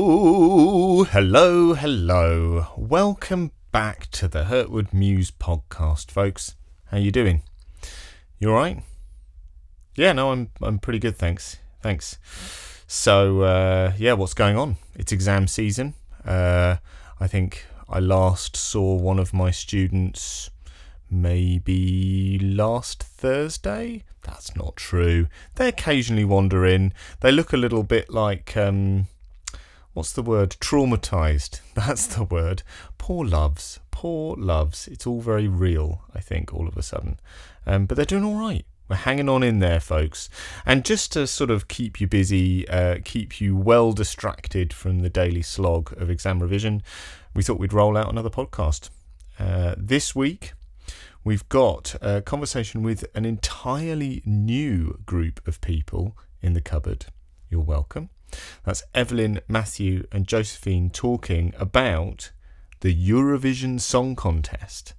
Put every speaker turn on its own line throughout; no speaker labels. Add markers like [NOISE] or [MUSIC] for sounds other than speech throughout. Hello, hello, hello. Welcome back to the Hurtwood Muse podcast, folks. How you doing? You all right? Yeah, no, I'm I'm pretty good, thanks. Thanks. So, uh, yeah, what's going on? It's exam season. Uh, I think I last saw one of my students maybe last Thursday. That's not true. They occasionally wander in. They look a little bit like um, what's the word? Traumatized. [LAUGHS] That's the word. Poor loves. Poor loves. It's all very real, I think, all of a sudden. Um, but they're doing all right. We're hanging on in there, folks. And just to sort of keep you busy, uh, keep you well distracted from the daily slog of exam revision, we thought we'd roll out another podcast. Uh, this week, we've got a conversation with an entirely new group of people in the cupboard. You're welcome. That's Evelyn, Matthew, and Josephine talking about the Eurovision Song Contest.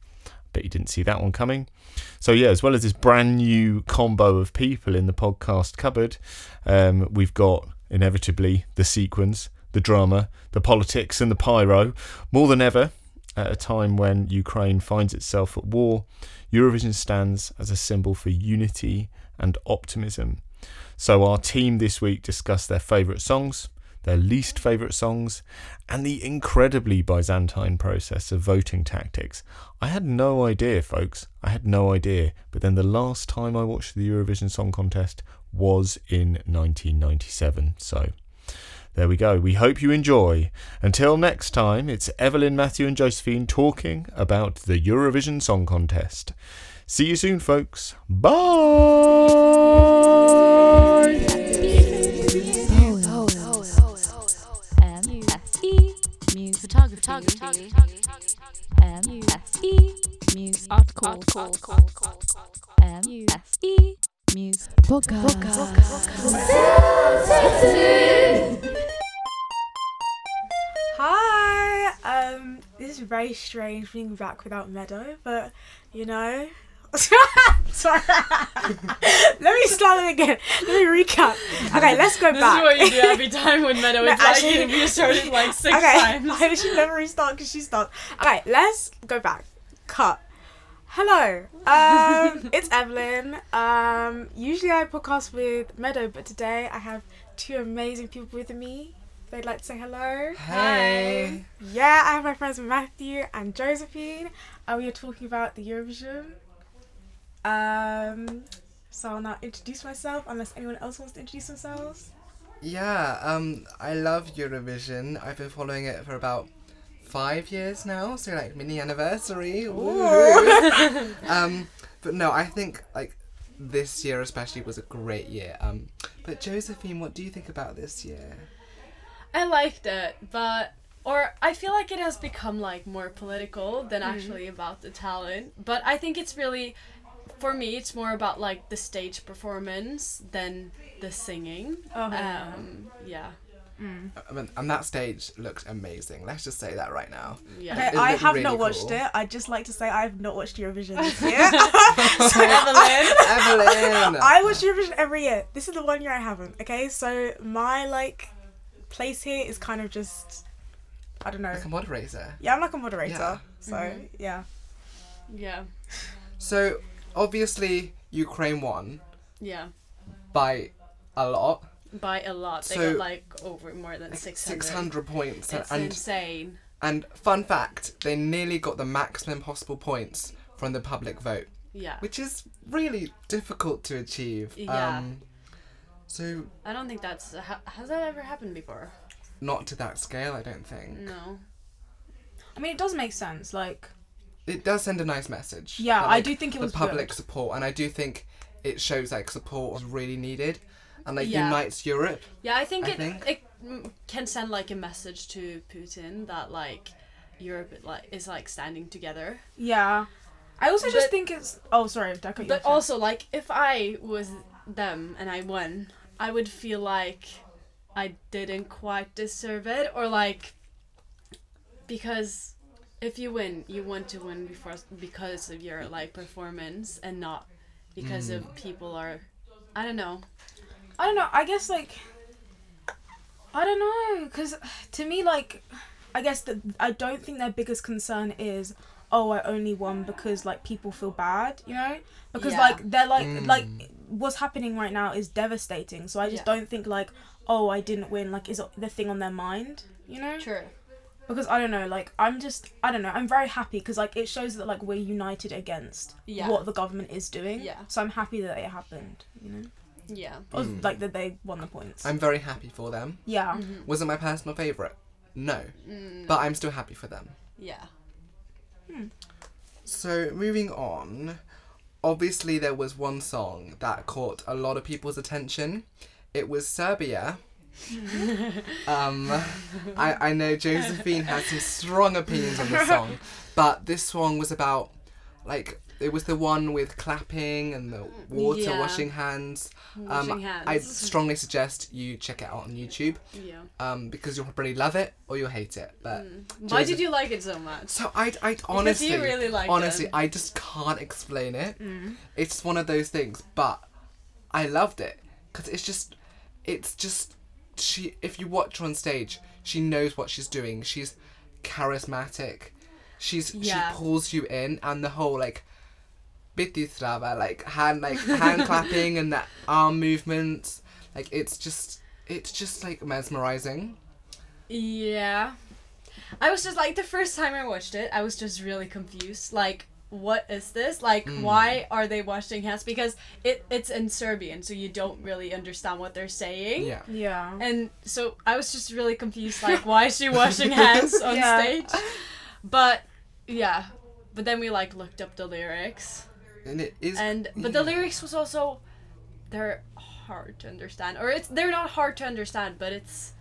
Bet you didn't see that one coming. So, yeah, as well as this brand new combo of people in the podcast cupboard, um, we've got inevitably the sequence, the drama, the politics, and the pyro. More than ever, at a time when Ukraine finds itself at war, Eurovision stands as a symbol for unity and optimism. So, our team this week discussed their favourite songs, their least favourite songs, and the incredibly Byzantine process of voting tactics. I had no idea, folks. I had no idea. But then the last time I watched the Eurovision Song Contest was in 1997. So, there we go. We hope you enjoy. Until next time, it's Evelyn, Matthew, and Josephine talking about the Eurovision Song Contest. See you soon, folks. Bye!
MFE Muse E Photography MFE Muse Art Call MFE Muse
Hi. Um, this is very strange being back without Meadow, but you know. [LAUGHS] Sorry. Let me start it again. Let me recap. Okay, let's go
This
back.
is what you do every time when [LAUGHS] Meadow
No,
is like,
actually-
you restarted like six
okay, [LAUGHS]
times.
I should never restart because she starts. Okay, let's go back. Cut. Hello.
[LAUGHS]
Um, it's Evelyn. Um, usually I podcast with Meadow, but today I have two amazing people with me. They'd like to say hello. Um,
Hey.
Yeah, I have my friends Matthew and Josephine, and we are talking about the Eurovision. Um, so I'll now introduce myself, unless anyone else wants to introduce themselves.
Yeah, um, I love Eurovision. I've been following it for about five years now, so like mini anniversary. woo. [LAUGHS] um, but no, I think like this year especially was a great year. Um, but Josephine, what do you think about this year?
[LAUGHS] I liked it, but or I feel like it has become like more political than actually about the talent. But I think it's really for me it's more about like the stage performance than the singing.
Oh, yeah.
Um yeah.
I mean, and that stage looked amazing. Let's just say that right now.
Yeah.
Okay,
It
I
looked
have
really
not watched
cool.
it. I'd just like to say I have not watched Eurovision [LAUGHS] this year. so
Evelyn.
Evelyn,
I watch Eurovision every year. This is the one year I haven't. Okay, so my like place here is kind of just I don't know.
like a moderator.
Yeah, I'm like a moderator.
Yeah.
So yeah.
[LAUGHS] Yeah.
So obviously Ukraine won
Yeah.
by a lot,
By a lot. They
So-
got like over more than six hundred.
six hundred points,
It's
and
insane.
And fun fact, they nearly got the maximum possible points from the public vote,
Yeah.
which is really difficult to achieve.
Yeah.
Um, so
I don't think that's ha- has that ever happened before.
not to that scale, I don't think.
No.
I mean, it does make sense. Like
It does send a nice message.
Yeah,
that,
I do think it was
the public
good.
support, and I do think it shows like support was really needed, and like
Yeah.
unites Europe.
Yeah, I think
I
it
think.
it mm, can send like a message to Putin that like Europe is, like is like standing together.
yeah. I also just
But-
think it's. Oh, sorry, I cut you
But
off.
also like if I was them and I won, I would feel like I didn't quite deserve it or like because if you win, you want to win before because of your like performance and not because of people are I don't know.
I don't know. I guess like I don't know, because [SIGHS] to me, like, I guess that I don't think their biggest concern is, oh, I only won because like people feel bad, you know, because
Yeah.
like they're like
Mm.
like what's happening right now is devastating. So I just
Yeah.
don't think like, oh, I didn't win, like is the thing on their mind, you know?
True.
Because I don't know, like I'm just I don't know, I'm very happy because like it shows that like we're united against
Yeah.
what the government is doing.
Yeah.
So I'm happy that it happened, you know,
Yeah.
or,
Mm.
like that they won the points.
I'm very happy for them.
yeah.
Mm-hmm.
Was it my personal favourite? No.
Mm,
But I'm still happy for them.
yeah.
So, moving on, obviously there was one song that caught a lot of people's attention. It was Serbia.
[LAUGHS]
um, I, I know Josephine had some strong opinions on this song, but this song was about, like, it was the one with clapping and the water
Yeah.
washing hands. Um,
Washing
I
hands. [LAUGHS]
strongly suggest you check it out on YouTube
yeah.
um, because you'll probably love it or you'll hate it. But
Mm. Why
Joseph-
did you like it so much?
so I, I honestly,
really Mm. liked
honestly,
it.
I just can't explain it. It's one of those things, but I loved it because it's just, it's just she. If you watch her on stage, she knows what she's doing. She's charismatic. She's
Yeah.
she pulls you in, and the whole like, bitislava, like hand
[LAUGHS]
like hand clapping and that arm movements, like it's just it's just like mesmerizing.
Yeah. I was just like the first time I watched it, I was just really confused. Like, what is this? Like, why are they washing hands? Because it it's in Serbian, so you don't really understand what they're saying.
Yeah.
Yeah.
And so I was just really confused, like, why is she washing hands on
Yeah.
stage? But yeah. But then we like looked up the lyrics.
And it is
and but the lyrics was also they're hard to understand or it's they're not hard to understand but it's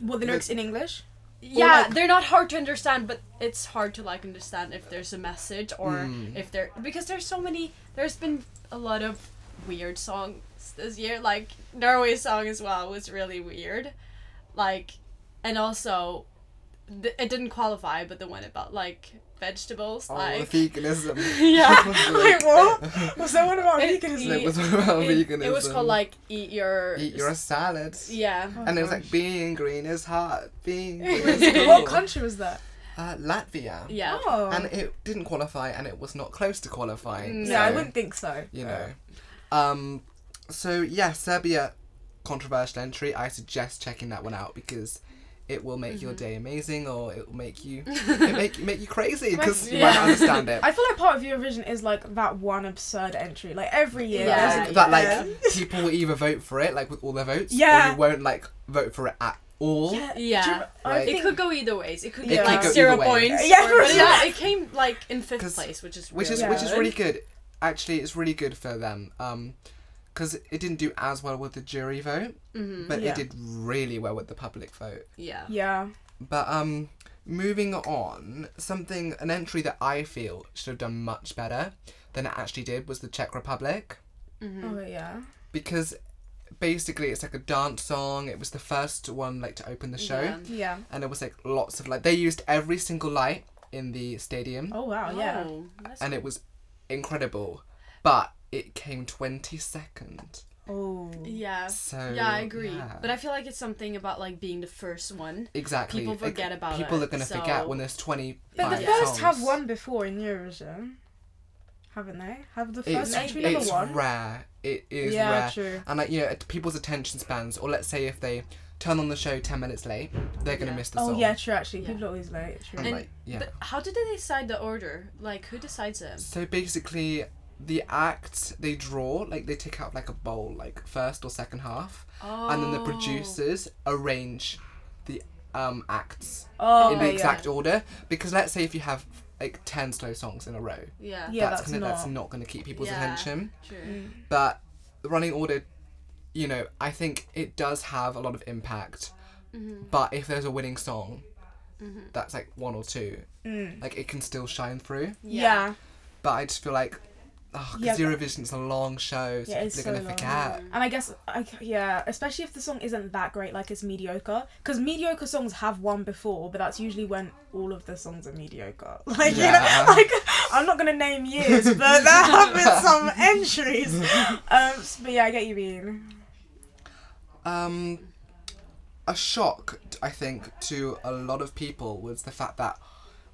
Well, the lyrics in English.
yeah
like-
they're not hard to understand but it's hard to like understand if there's a message or
Mm.
if there because there's so many there's been a lot of weird songs this year like norway's song as well was really weird like and also th- it didn't qualify but the one about like vegetables
Oh,
like
the veganism.
[LAUGHS]
[LAUGHS]
Yeah.
Wait, [LAUGHS] what? Was that one
[LAUGHS]
about
It-
veganism?
It [LAUGHS] was about
it,
veganism.
it was called like eat your
eat Oh. your salad.
yeah
And it was like being green is hard. Being green
[LAUGHS]
is
What
cool."
what country was that?
Uh, Latvia.
yeah
Oh.
And it didn't qualify, and it was not close to qualifying.
Mm.
yeah, I
so,
wouldn't think so.
You know. Um. So yeah, Serbia controversial entry. I suggest checking that one out because it will make
Mm-hmm.
your day amazing, or it will
[LAUGHS]
make you it make make you crazy because you
Yeah.
won't
[LAUGHS]
understand it.
I feel like part of Eurovision is like that one absurd entry. Like every year,
Yeah.
there's-
that like
yeah.
[LAUGHS] people will either vote for it like with all their votes or
Yeah.
you won't like vote for it at all
Yeah.
Yeah.
Do you rem- I
Like-
It
think-
could go either ways. It could
It
be like
could go
zero
either way.
points.
Yeah,
or-
for
but
sure.
yeah, it came like in fifth
'Cause-
place, which is
which
really
is which is
good.
really good actually it's really good for them um because it didn't do as well with the jury vote
Mhm.
but
Mm-hmm. Yeah.
it did really well with the public vote
yeah.
yeah,
but um moving on something an entry that i feel should have done much better than it actually did was the czech republic
Mm-hmm. Mm.
oh yeah,
because basically it's like a dance song it was the first one like to open the show
Yeah.
yeah.
and it was like lots of light. They used every single light in the stadium,
Oh wow, yeah.
Oh, that's-
and it was incredible. But it came twenty second.
Oh,
yeah.
So
yeah, I agree.
yeah.
But I feel like it's something about like being the first one.
exactly.
people
Like,
forget about
people
it,
are gonna
so-
forget when there's twenty.
but the
songs.
first have won before in Eurovision, haven't they? Have the first
It's,
entry never
it's
won?
rare. It is
Yeah,
rare.
true.
And like you know, it- people's attention spans, or let's say if they turn on the show ten minutes late, they're gonna
Yeah.
miss the
Oh
song.
yeah, true. Actually,
Yeah.
people are always late. True.
And,
And-
like, yeah.
But how did they decide the order? Like who decides it?
So basically, the act they draw, like they take out like a bowl, like first or second half,
Oh.
and then the producers arrange the um acts
oh
in the
yeah.
exact order. Because let's say if you have like ten slow songs in a row,
Oh, Yeah.
Yeah,
that's,
that's
gonna, that's
not-
not going to keep people's
Yeah.
attention.
True.
Mm.
But the running order, you know, I think it does have a lot of impact.
Mm-hmm.
But if there's a winning song, that's like one or two,
Mm.
like it can still shine through
Yeah.
but I just feel like, oh,
Yeah,
because
but-
Eurovision's a long show, so
Yeah, it's
people are
so
gonna
long.
forget.
And I guess, I, yeah, especially if the song isn't that great, like it's mediocre. Because mediocre songs have won before, but that's usually when all of the songs are mediocre. [LAUGHS] Like,
Yeah.
you know, like, I'm not going to name years, but there have
[LAUGHS]
been some entries. Um, s- but yeah, I get you, Bean.
Um, a shock, t- I think, to a lot of people was the fact that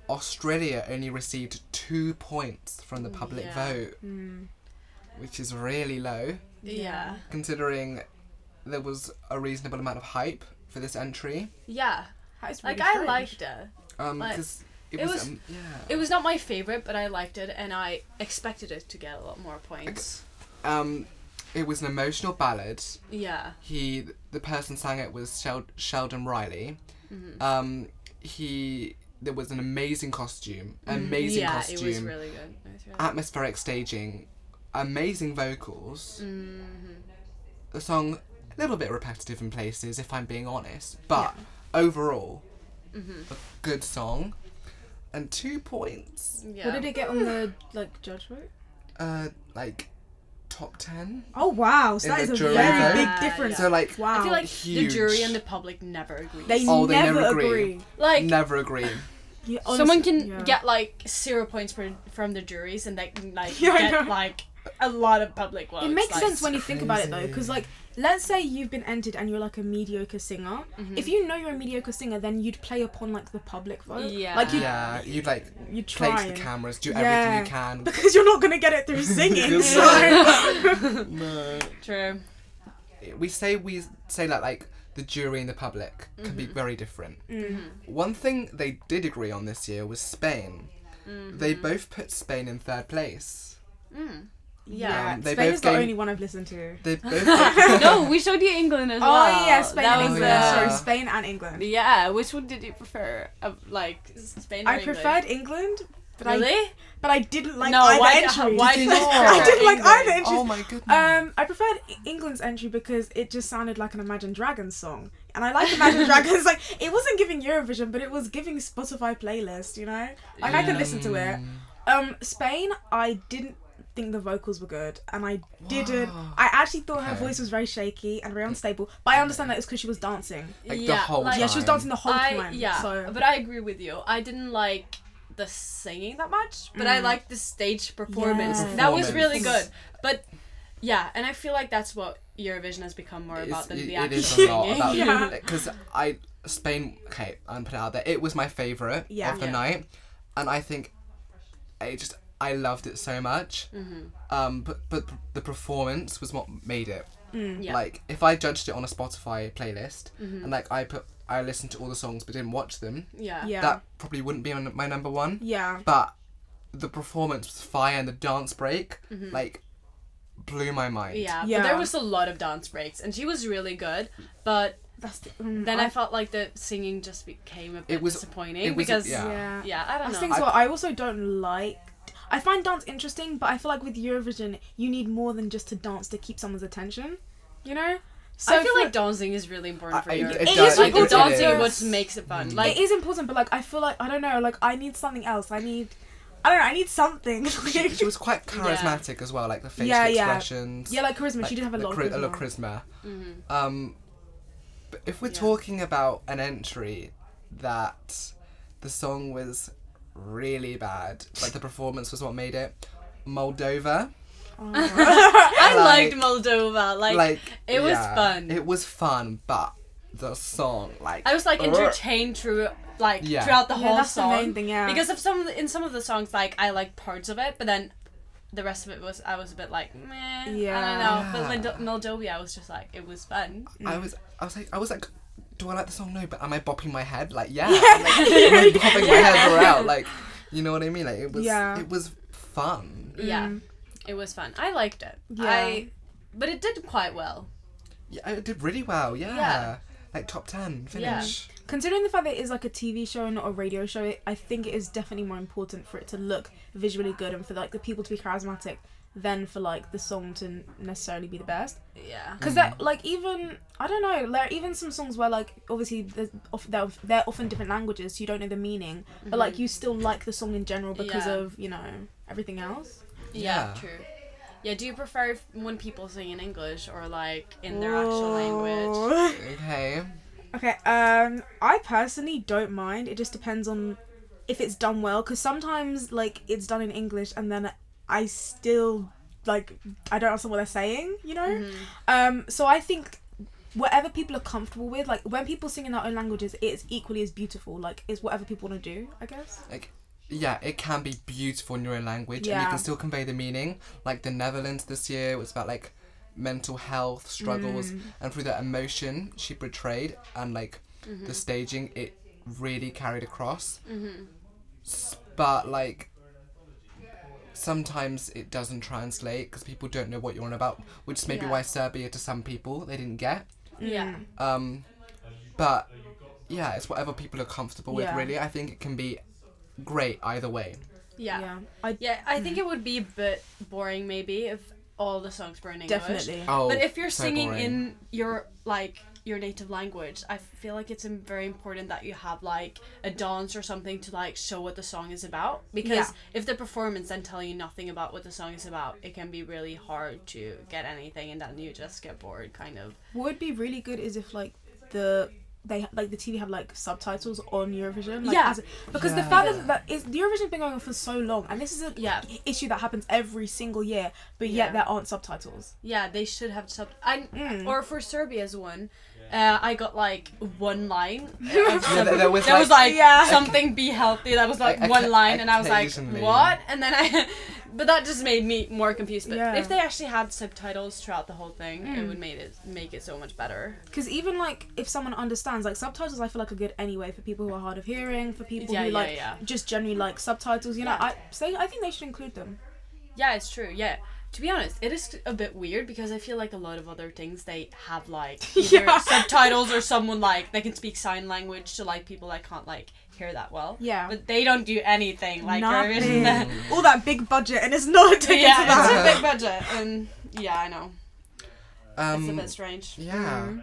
Australia only received two points from the public
Yeah. Hmm.
vote, which is really low,
Yeah.
considering there was a reasonable amount of hype for this entry.
Yeah.
That is
Like
really
I
strange.
liked it.
Um,
Like,
'cause it,
it
was,
was-
um, yeah.
It was not my favorite, but I liked it, and I expected it to get a lot more points.
um, it was an emotional ballad.
Yeah.
he the person sang it was Shel- Sheldon Riley.
Mm-hmm.
Um, he there was an amazing costume, amazing
Mm-hmm. yeah,
costume, Uh,
it was really good. It was really
atmospheric staging, amazing vocals.
Mm-hmm.
The song a little bit repetitive in places, if I'm being honest, but overall
Mm-hmm.
a good song. And two points,
good. Yeah.
What did it get on the like judge vote?
uh, like top ten.
Oh wow! So
In
that
the
is a
jury
very
vote?
Yeah,
big difference.
So like
wow.
I feel like
Huge.
the jury and the public never agrees.
they
Oh, they
never,
never agree.
agree.
like
never agree.
You
someone
honestly-
can
yeah.
get like zero points for, from the juries, and they can [LAUGHS] like
Yeah, I
get
know.
like a lot of public votes.
It makes
Oh, like-
sense when you think about it though,
crazy.
because like, let's say you've been entered and you're like a mediocre singer.
Mm-hmm.
If you know you're a mediocre singer, then you'd play upon like the public vote.
Yeah.
Like you,
yeah, you'd like
you
play
try
to the
and-
cameras, do
Yeah.
everything you can.
[LAUGHS] because you're not gonna get it
[LAUGHS]
through singing. [LAUGHS] mm.
Good
so
No.
True.
We say we say that like the jury and the public can be very different.
Mm-hmm.
One thing they did agree on this year was Spain. They both put Spain in third place.
Hmm. Yeah.
Um, they
Spain
both
is the
came-
only one I've listened to.
They both got-
no, we showed you England
[LAUGHS]
as
Oh
well.
yeah, Spain
that
and
was
England.
uh,
Sorry, Spain and England.
the- yeah. Which one did you prefer? Of like Spain. Or
I
England?
preferred England, but I
Really?
but I didn't like
no.
either
Why?
entry.
Did, why
Did
did
you
you
not?
[LAUGHS] I
prefer
didn't like
England?
either entry.
[LAUGHS] oh my goodness.
Um, I preferred E- England's entry because it just sounded like an Imagine Dragons song, and I like
[LAUGHS]
Imagine Dragons. Like it wasn't giving Eurovision, but it was giving Spotify playlist. You know, like I could listen to it. Um, Spain, I didn't think the vocals were good, and I didn't.
Wow.
I actually thought her
Okay.
voice was very shaky and very unstable. But I understand that it's because she was dancing.
Like, the
yeah,
whole
like-
Yeah, she was dancing the whole
I,
time.
Yeah,
so
but I agree with you. I didn't like the singing that much, but I liked the stage performance.
Yes.
That was really good.
Mm. Performance.
But yeah, and I feel like that's what Eurovision has become more
It's-
about than
it-
the
it
actual
is a lot
singing.
[LAUGHS]
about
Yeah.
because I Spain. Okay, I'm put it out there. It was my favorite
Yeah.
of the
Yeah.
night, and I think I just I loved it so much.
Mm-hmm.
Um, but but the performance was what made it.
Mm.
Yeah. Mm-hmm.
Like if I judged it on a Spotify playlist and like I put I listened to all the songs but didn't watch them,
[LAUGHS] yeah.
yeah,
that probably wouldn't be on my number one.
yeah.
But the performance was fire and the dance break like blew my mind.
Mm-hmm. Yeah,
Yeah.
but there was a lot of dance breaks, and she was really good. But
That's the, mm,
then I, felt like the singing just became a bit
was-
disappointing
it was-
because
yeah.
yeah.
yeah.
I don't
That's
know.
things what I also don't like. I find dance interesting, but I feel like with Eurovision, you need more than just to dance to keep someone's attention. You know, so
I feel
for-
like dancing is really important for
I-
Eurovision.
it
does-
like the
it
dancing
is.
what makes it
Mm.
fun. Like
it is important, but like I feel like I don't know. Like I need something else. I need, I don't know. I need something. [LAUGHS]
She, she was quite charismatic as well, like the facial
Yeah, yeah.
expressions.
yeah, like charisma. she did have a
the
lot
chari-
of Mm-hmm. charisma.
a lot of charisma. Um, but if we're talking about an entry that the song was really bad, but the performance was what made it, Moldova.
Oh.
[LAUGHS]
I liked
like-
Moldova. Like,
Like
it was
yeah,
fun.
It was fun, but the song, like
I was like entertained through like
Yeah.
throughout the
Yeah,
whole
that's the
song.
main thing, yeah.
Because of some of the- in some of the songs, like I liked parts of it, but then the rest of it was I was a bit like meh.
Yeah.
I don't know. But Lindo- Moldova, I was just like it was fun.
I was, I was like, I was like. Do I like the song? No, but am I bopping my head? Like, yeah, I'm, like, I'm bopping my head around. Like, you know what I mean? Like, it was,
Yeah.
it was fun.
Yeah, it was fun. I liked it.
Mm. Yeah.
I, but it did quite well.
Yeah, it did really well. Yeah.
Yeah.
Like top 10
Yeah.
finish.
Considering the fact that it is like a TV show and not a radio show, it, I think it is definitely more important for it to look visually good and for like the people to be charismatic than for like the song to necessarily be the best.
Yeah.
because that like even I don't know like even some songs where like obviously there's of- they're, of- they're often different languages so you don't know the meaning but like you still like the song in general because
Yeah.
of you know everything else
Yeah,
Yeah.
true. Yeah, do you prefer if- when people sing in English or like in their actual language?
Oh.
Okay.
okay um I personally don't mind it just depends on if it's done well because sometimes like it's done in English and then I still like I don't understand what they're saying you know um so I think whatever people are comfortable with, like when people sing in their own languages, it is equally as beautiful. Like it's whatever people want to do, I guess.
yeah, it can be beautiful in your own language and you
Yeah.
can still convey the meaning. Like the Netherlands this year was about like mental health struggles and through that emotion she portrayed and like the staging, it really carried across. S- But like sometimes it doesn't translate because people don't know what you're on about, which is maybe
Yeah.
why Serbia to some people they didn't get.
Yeah.
Mm.
Um, but yeah, it's whatever people are comfortable with.
Yeah.
Really, I think it can be great
[LAUGHS]
either way.
Yeah. Yeah.
I
I think it
Mm-hmm.
would be a bit boring maybe if all the songs were in English.
definitely.
Oh,
But if you're
so
singing
boring.
in your like your native language, I feel like it's im- very important that you have like a dance or something to like show what the song is about. Because
Yeah.
if the performance then tell you nothing about what the song is about, it can be really hard to get anything, and then you just get bored, kind of.
What would be really good is if like the they like the TV have like subtitles on Eurovision. Like,
Yeah.
as- because the
Yeah.
fact is that is the Eurovision been going on for so long, and this is an
Yeah.
issue that happens every single year, but
Yeah.
yet there aren't subtitles.
Yeah, they should have sub. I
Mm.
or for Serbia's one, uh, I got like one line. [LAUGHS] of
Yeah, there- there was
That was like
like-
Yeah.
something be healthy. That was like
Like,
one
occa-
line, and I was like,
occasionally.
what? And then I, [LAUGHS] but that just made me more confused. But
Yeah.
if they actually had subtitles throughout the whole thing, it
Mm.
would make it make it so much better.
Because even like if someone understands, like subtitles, I feel like are good anyway for people who are hard of hearing, for people
Yeah,
who
yeah,
like
yeah.
just generally like subtitles. You know,
Yeah.
I say I think they should include them.
Yeah, it's true. Yeah. To be honest, it is a bit weird because I feel like a lot of other things they have
[LAUGHS]
like either
Yeah.
subtitles or someone like they can speak sign language to like people that can't like hear that well.
Yeah.
But they don't do anything like
Nothing.
Eurovision.
[LAUGHS] All that big budget and it's not [LAUGHS] taken
[LAUGHS] yeah,
to that.
it's a big budget, and yeah, I know it's
um,
a bit strange.
yeah.
Mm-hmm.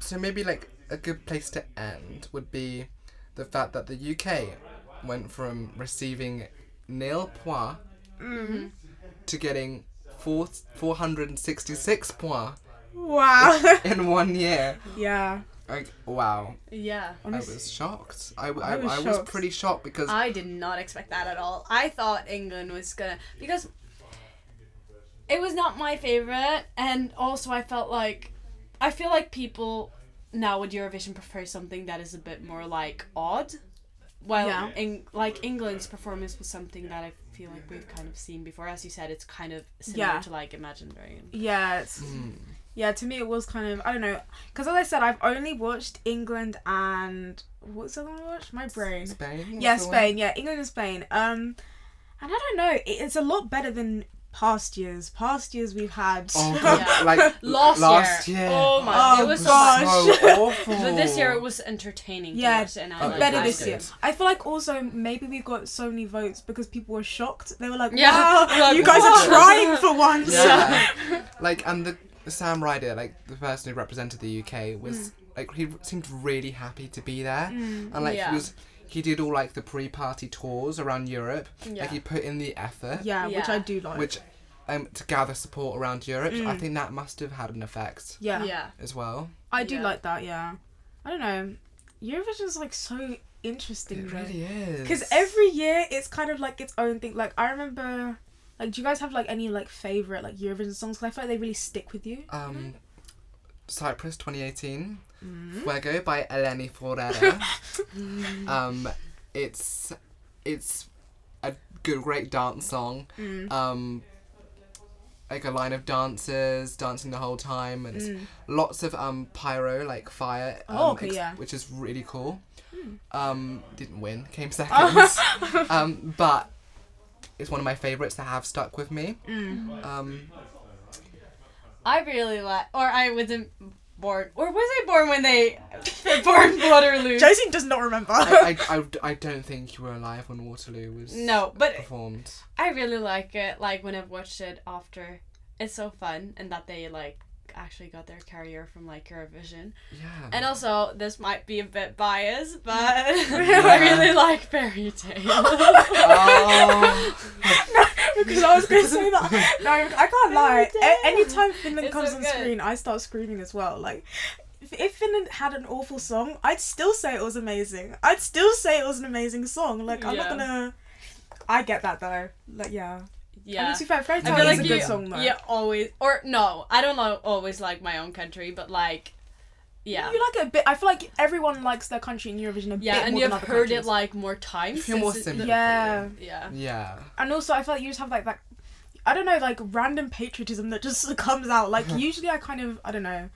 So maybe like a good place to end would be the fact that the UK went from receiving nil points
Mm-hmm.
to getting four four hundred and sixty six points
Wow.
in one year.
[LAUGHS] yeah.
Like wow,
Yeah.
I was shocked. I, w-
I
I-
was
I was
shocked.
pretty shocked because
I did not expect that at all. I thought England was gonna because it was not my favorite, and also I felt like I feel like people now with Eurovision prefer something that is a bit more like odd. Well,
Yeah.
Eng- like England's performance was something that I feel like we've kind of seen before. As you said, it's kind of similar
Yeah.
to like Imagine Dragon.
Yeah. It's, Yeah. To me, it was kind of I don't know because as I said, I've only watched England and what's the other one I watched? My brain.
Spain. was
Yeah,
the one-
Spain. Yeah, England and Spain. Um, and I don't know. it- It's a lot better than past years. Past years we've had. [LAUGHS]
Oh god,
Yeah.
like
Last,
year.
Oh my!
Oh,
it was
God.
so.
so awful.
[LAUGHS] But this year it was entertaining.
Yeah,
to watch, and I
it's
[LAUGHS]
like
better
liked
this
it.
year. I feel like also maybe we got so many votes because people were shocked. They were like,
Yeah.
"Wow,
[LAUGHS] Like,
you guys
what?"
are trying for once."
Yeah.
[LAUGHS]
like, and the Sam Ryder, like the person who represented the UK, was
Mm.
like he seemed really happy to be there, and like
Yeah.
he was. He did all like the pre-party tours around Europe.
Yeah.
Like he put in the effort,
[LAUGHS] Yeah, which
Yeah.
I do like.
which um, to gather support around Europe. So I think that must have had an effect
yeah,
Mm. yeah.
as well.
I do
Yeah.
like that. Yeah, I don't know. Eurovision's like so interesting.
It really is.
Because every year it's kind of like its own thing. Like I remember, like do you guys have like any like favorite like Eurovision songs? 'Cause I feel like they really stick with
[LAUGHS]
you. [LAUGHS]
um, Cyprus 2018,
Mm-hmm.
Fuego by Eleni
[LAUGHS]
Forera. [LAUGHS] um, it's it's a good, great dance song.
Mm.
Um, like a line of dancers dancing the whole time, and it's lots of um pyro like fire. Um,
Mm. Oh, okay, yeah. Hmm.
Which is really cool. Um, didn't win,
[LAUGHS]
came second. um, but it's one of my favorites that have stuck with me.
Mm.
Um,
I really like, or I wasn't born, or was I born when they born [LAUGHS] Waterloo?
Josie does not remember.
I,
[LAUGHS]
I, I- I don't think you were alive when Waterloo was
No, but-
performed.
I really like it. Like when I've watched it after, it's so fun, and that they like actually got their career from like Eurovision.
Yeah.
And also, this might be a bit biased, but [LAUGHS] I really like Fairy Tale.
[LAUGHS]
oh,
because I was going to say
[LAUGHS]
that. [LAUGHS] No, I can't lie. A- anytime Finland
It's
comes
so
on
good.
screen, I start screaming as well. Like, if, if Finland had an awful song, I'd still say it was amazing. I'd still say it was an amazing song. Like, I'm
Yeah.
not gonna. I get that though. Like, yeah. I mean,
[LAUGHS] yeah.
to be fair, Fairy
I
Tale
feel
is
like
a
you,
good song though.
you always, or no, I don't know, always like my own country, but like yeah.
You like it a bit. I feel like everyone likes their country in Eurovision a bit
yeah, and
more
you've
than other
heard it
countries.
like more times.
Feel more
since
sympathy.
Yeah.
Yeah.
[LAUGHS]
[LAUGHS]
Yeah.
And also, I feel like you just have like that. I don't know, like random patriotism that just [LAUGHS] comes out. Like usually, I kind of I don't know.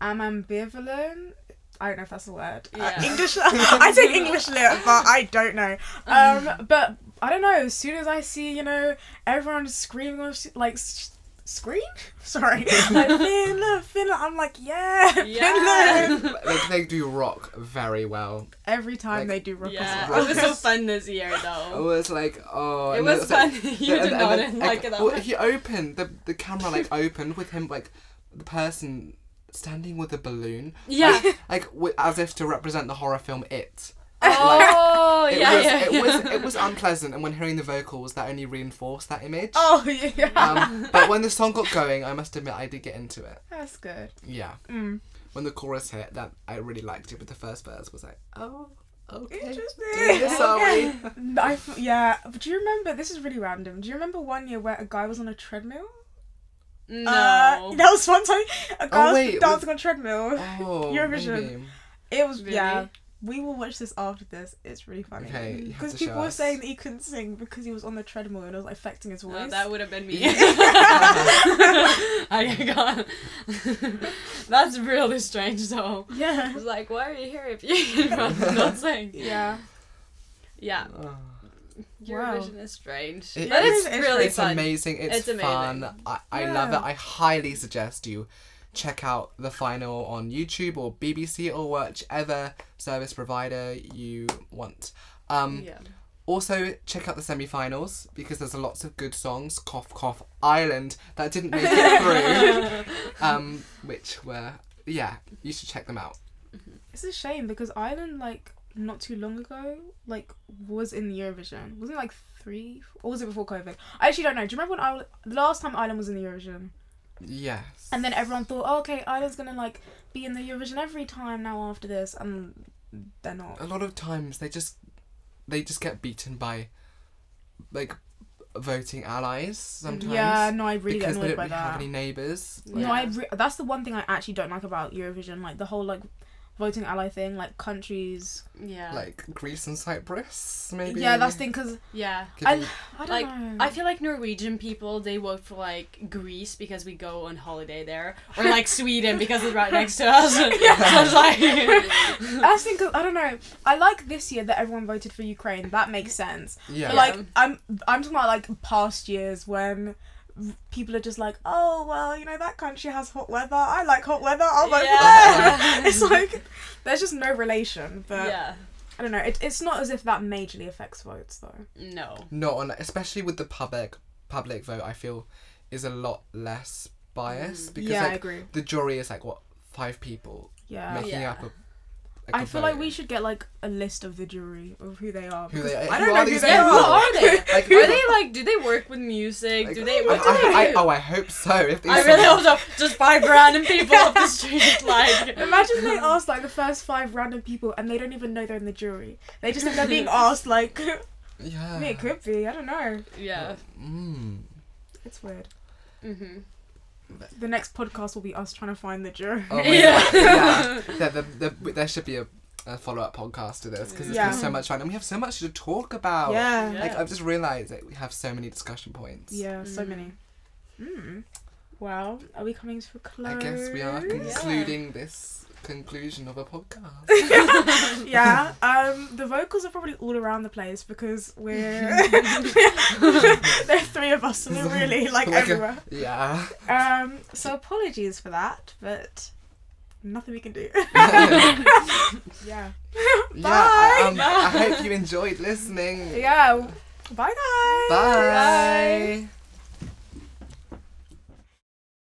am ambivalent. I don't know if that's a word. Uh,
Yeah.
English. [LAUGHS] I take English lit, but I don't
[LAUGHS]
know.
Uh-huh.
Um, but I don't know. As soon as I see, you know, everyone screaming or s- like. s Scream? [LAUGHS]
[LAUGHS]
Sorry. Like, Finland, Finland. I'm like, yeah, [LAUGHS]
Yeah.
Finland.
like they do rock very well.
Every time
Like,
they do rock
Yeah.
Rock
It was so fun this year
I
though.
was like, [LAUGHS] oh.
It
and then
was [LAUGHS]
like-
fun. You
and-
did
and
not
then,
like it that
Well,
much.
he opened the the camera like
[LAUGHS]
opened with him like the person standing with a balloon.
Yeah.
Like, like wi- as if to represent the horror film It.
Oh
It
yeah,
was,
yeah,
it
yeah. [LAUGHS]
was it was unpleasant, and when hearing the vocals, that only reinforced that image.
[LAUGHS]
Oh yeah,
Um, but when the song got going, I must admit I did get into it.
that's good.
Yeah.
Mm.
When the chorus hit, that I really liked it, but the first verse was like, oh, okay.
Interesting.
Yes, are we?
I f- yeah, but do you remember? This is really random. Do you remember one year where a guy was on a treadmill?
no.
Uh, that was one time a guy was
Oh, wait,
dancing on a treadmill. [LAUGHS]
Oh,
Eurovision.
maybe.
It was
Really?
yeah. We will watch this after this. It's really funny.
Okay, you have
Because
to show
people were
us.
saying that he couldn't sing because he was on the treadmill and it was like, affecting his voice.
No, Oh, that would have been me. [LAUGHS] I got. [LAUGHS] That's really strange, though.
[LAUGHS]
I [LAUGHS]
yeah.
was like, why are you here [LAUGHS] if you can not sing?
Yeah.
Yeah,
Oh.
Wow.
Eurovision is strange.
It
but
is-
it's
it's-
really
it's
fun.
amazing. It's,
It's amazing.
fun. I, I love
Yeah.
it. I highly suggest you check out the final on YouTube or BBC or whichever service provider you want. Um,
Yeah.
Also, check out the semi-finals because there's lots of good songs. Cough, cough. Island that didn't make it
[LAUGHS]
through, um, which were yeah. You should check them out.
It's a shame because Ireland, like, not too long ago, like, was in the Eurovision. Wasn't it like three? Or was it before COVID? I actually don't know. Do you remember when I last time Ireland was in the Eurovision?
Yes.
And then everyone thought, oh, okay, Ireland's gonna like be in the Eurovision every time now after this, and they're not.
a lot of times they just they just get beaten by like voting allies sometimes.
Yeah, no, I really
because
get
they
annoyed
don't
by
really have
that.
any neighbours.
No, I re- that's the one thing I actually don't like about Eurovision, like the whole like voting ally thing, like countries.
Yeah.
Like Greece and Cyprus, maybe.
Yeah, that's the thing because
yeah.
Giving-
I don't
Like
know.
I feel like Norwegian people they vote for like Greece because we go on
[LAUGHS]
holiday there, or like Sweden because it's right next to us. [LAUGHS] so it's
[LAUGHS]
like
I think I don't know. I like this year that everyone voted for Ukraine. That makes sense.
yeah.
But, like I'm I'm talking about like past years when people are just like, oh well, you know that country has hot weather. I like hot weather. I'll vote
Yeah.
for them. [LAUGHS] it's like there's just no relation. But
yeah,
I don't know. It, it's not as if that majorly affects votes though.
no,
not on especially with the public public vote I feel is a lot less biased because
yeah, I
like
agree.
the jury is like what, five people
Yeah.
making
Yeah.
up a like,
I
a
feel like we
vote.
should get like a list of the jury of who they are.
Who
because
they are-
I
who
don't
are
know who
these
they
people?
are.
Are they?
[LAUGHS]
[LAUGHS]
like,
Are they like? Do they work with music?
like,
do they?
I-
What do
I-
they
I-
do?
oh I hope so. If
I
these
really
are-
hope so. Just five random people off the street,
[LAUGHS]
like.
Imagine they ask like the first five random people and they don't even know they're in the jury. They just think they're being asked like I [LAUGHS]
Yeah.
mean, it could be, I don't know.
Yeah.
Mm.
It's weird.
Mm-hmm.
The next podcast will be us trying to find the jury.
Oh my
[LAUGHS] Yeah.
God. yeah. There- there- there- there should be a, a follow up podcast to this because it's
Yeah.
been so much fun and we have so much to talk about.
yeah.
Yeah.
Like I've just realised that we have so many discussion points.
Yeah, so
Mm.
many. Mm. Well, are we coming to a close?
I guess we are
Yeah.
concluding this conclusion of a podcast.
[LAUGHS] yeah. Um, the vocals are probably all around the place because [LAUGHS] we're there are three of us, so we're
[LAUGHS]
really like,
Like a-
everywhere.
yeah. [LAUGHS]
Um, so apologies for that, but nothing we can do.
yeah.
yeah. [LAUGHS]
I, um,
[LAUGHS]
I hope you enjoyed listening.
Yeah. Bye guys.
Bye.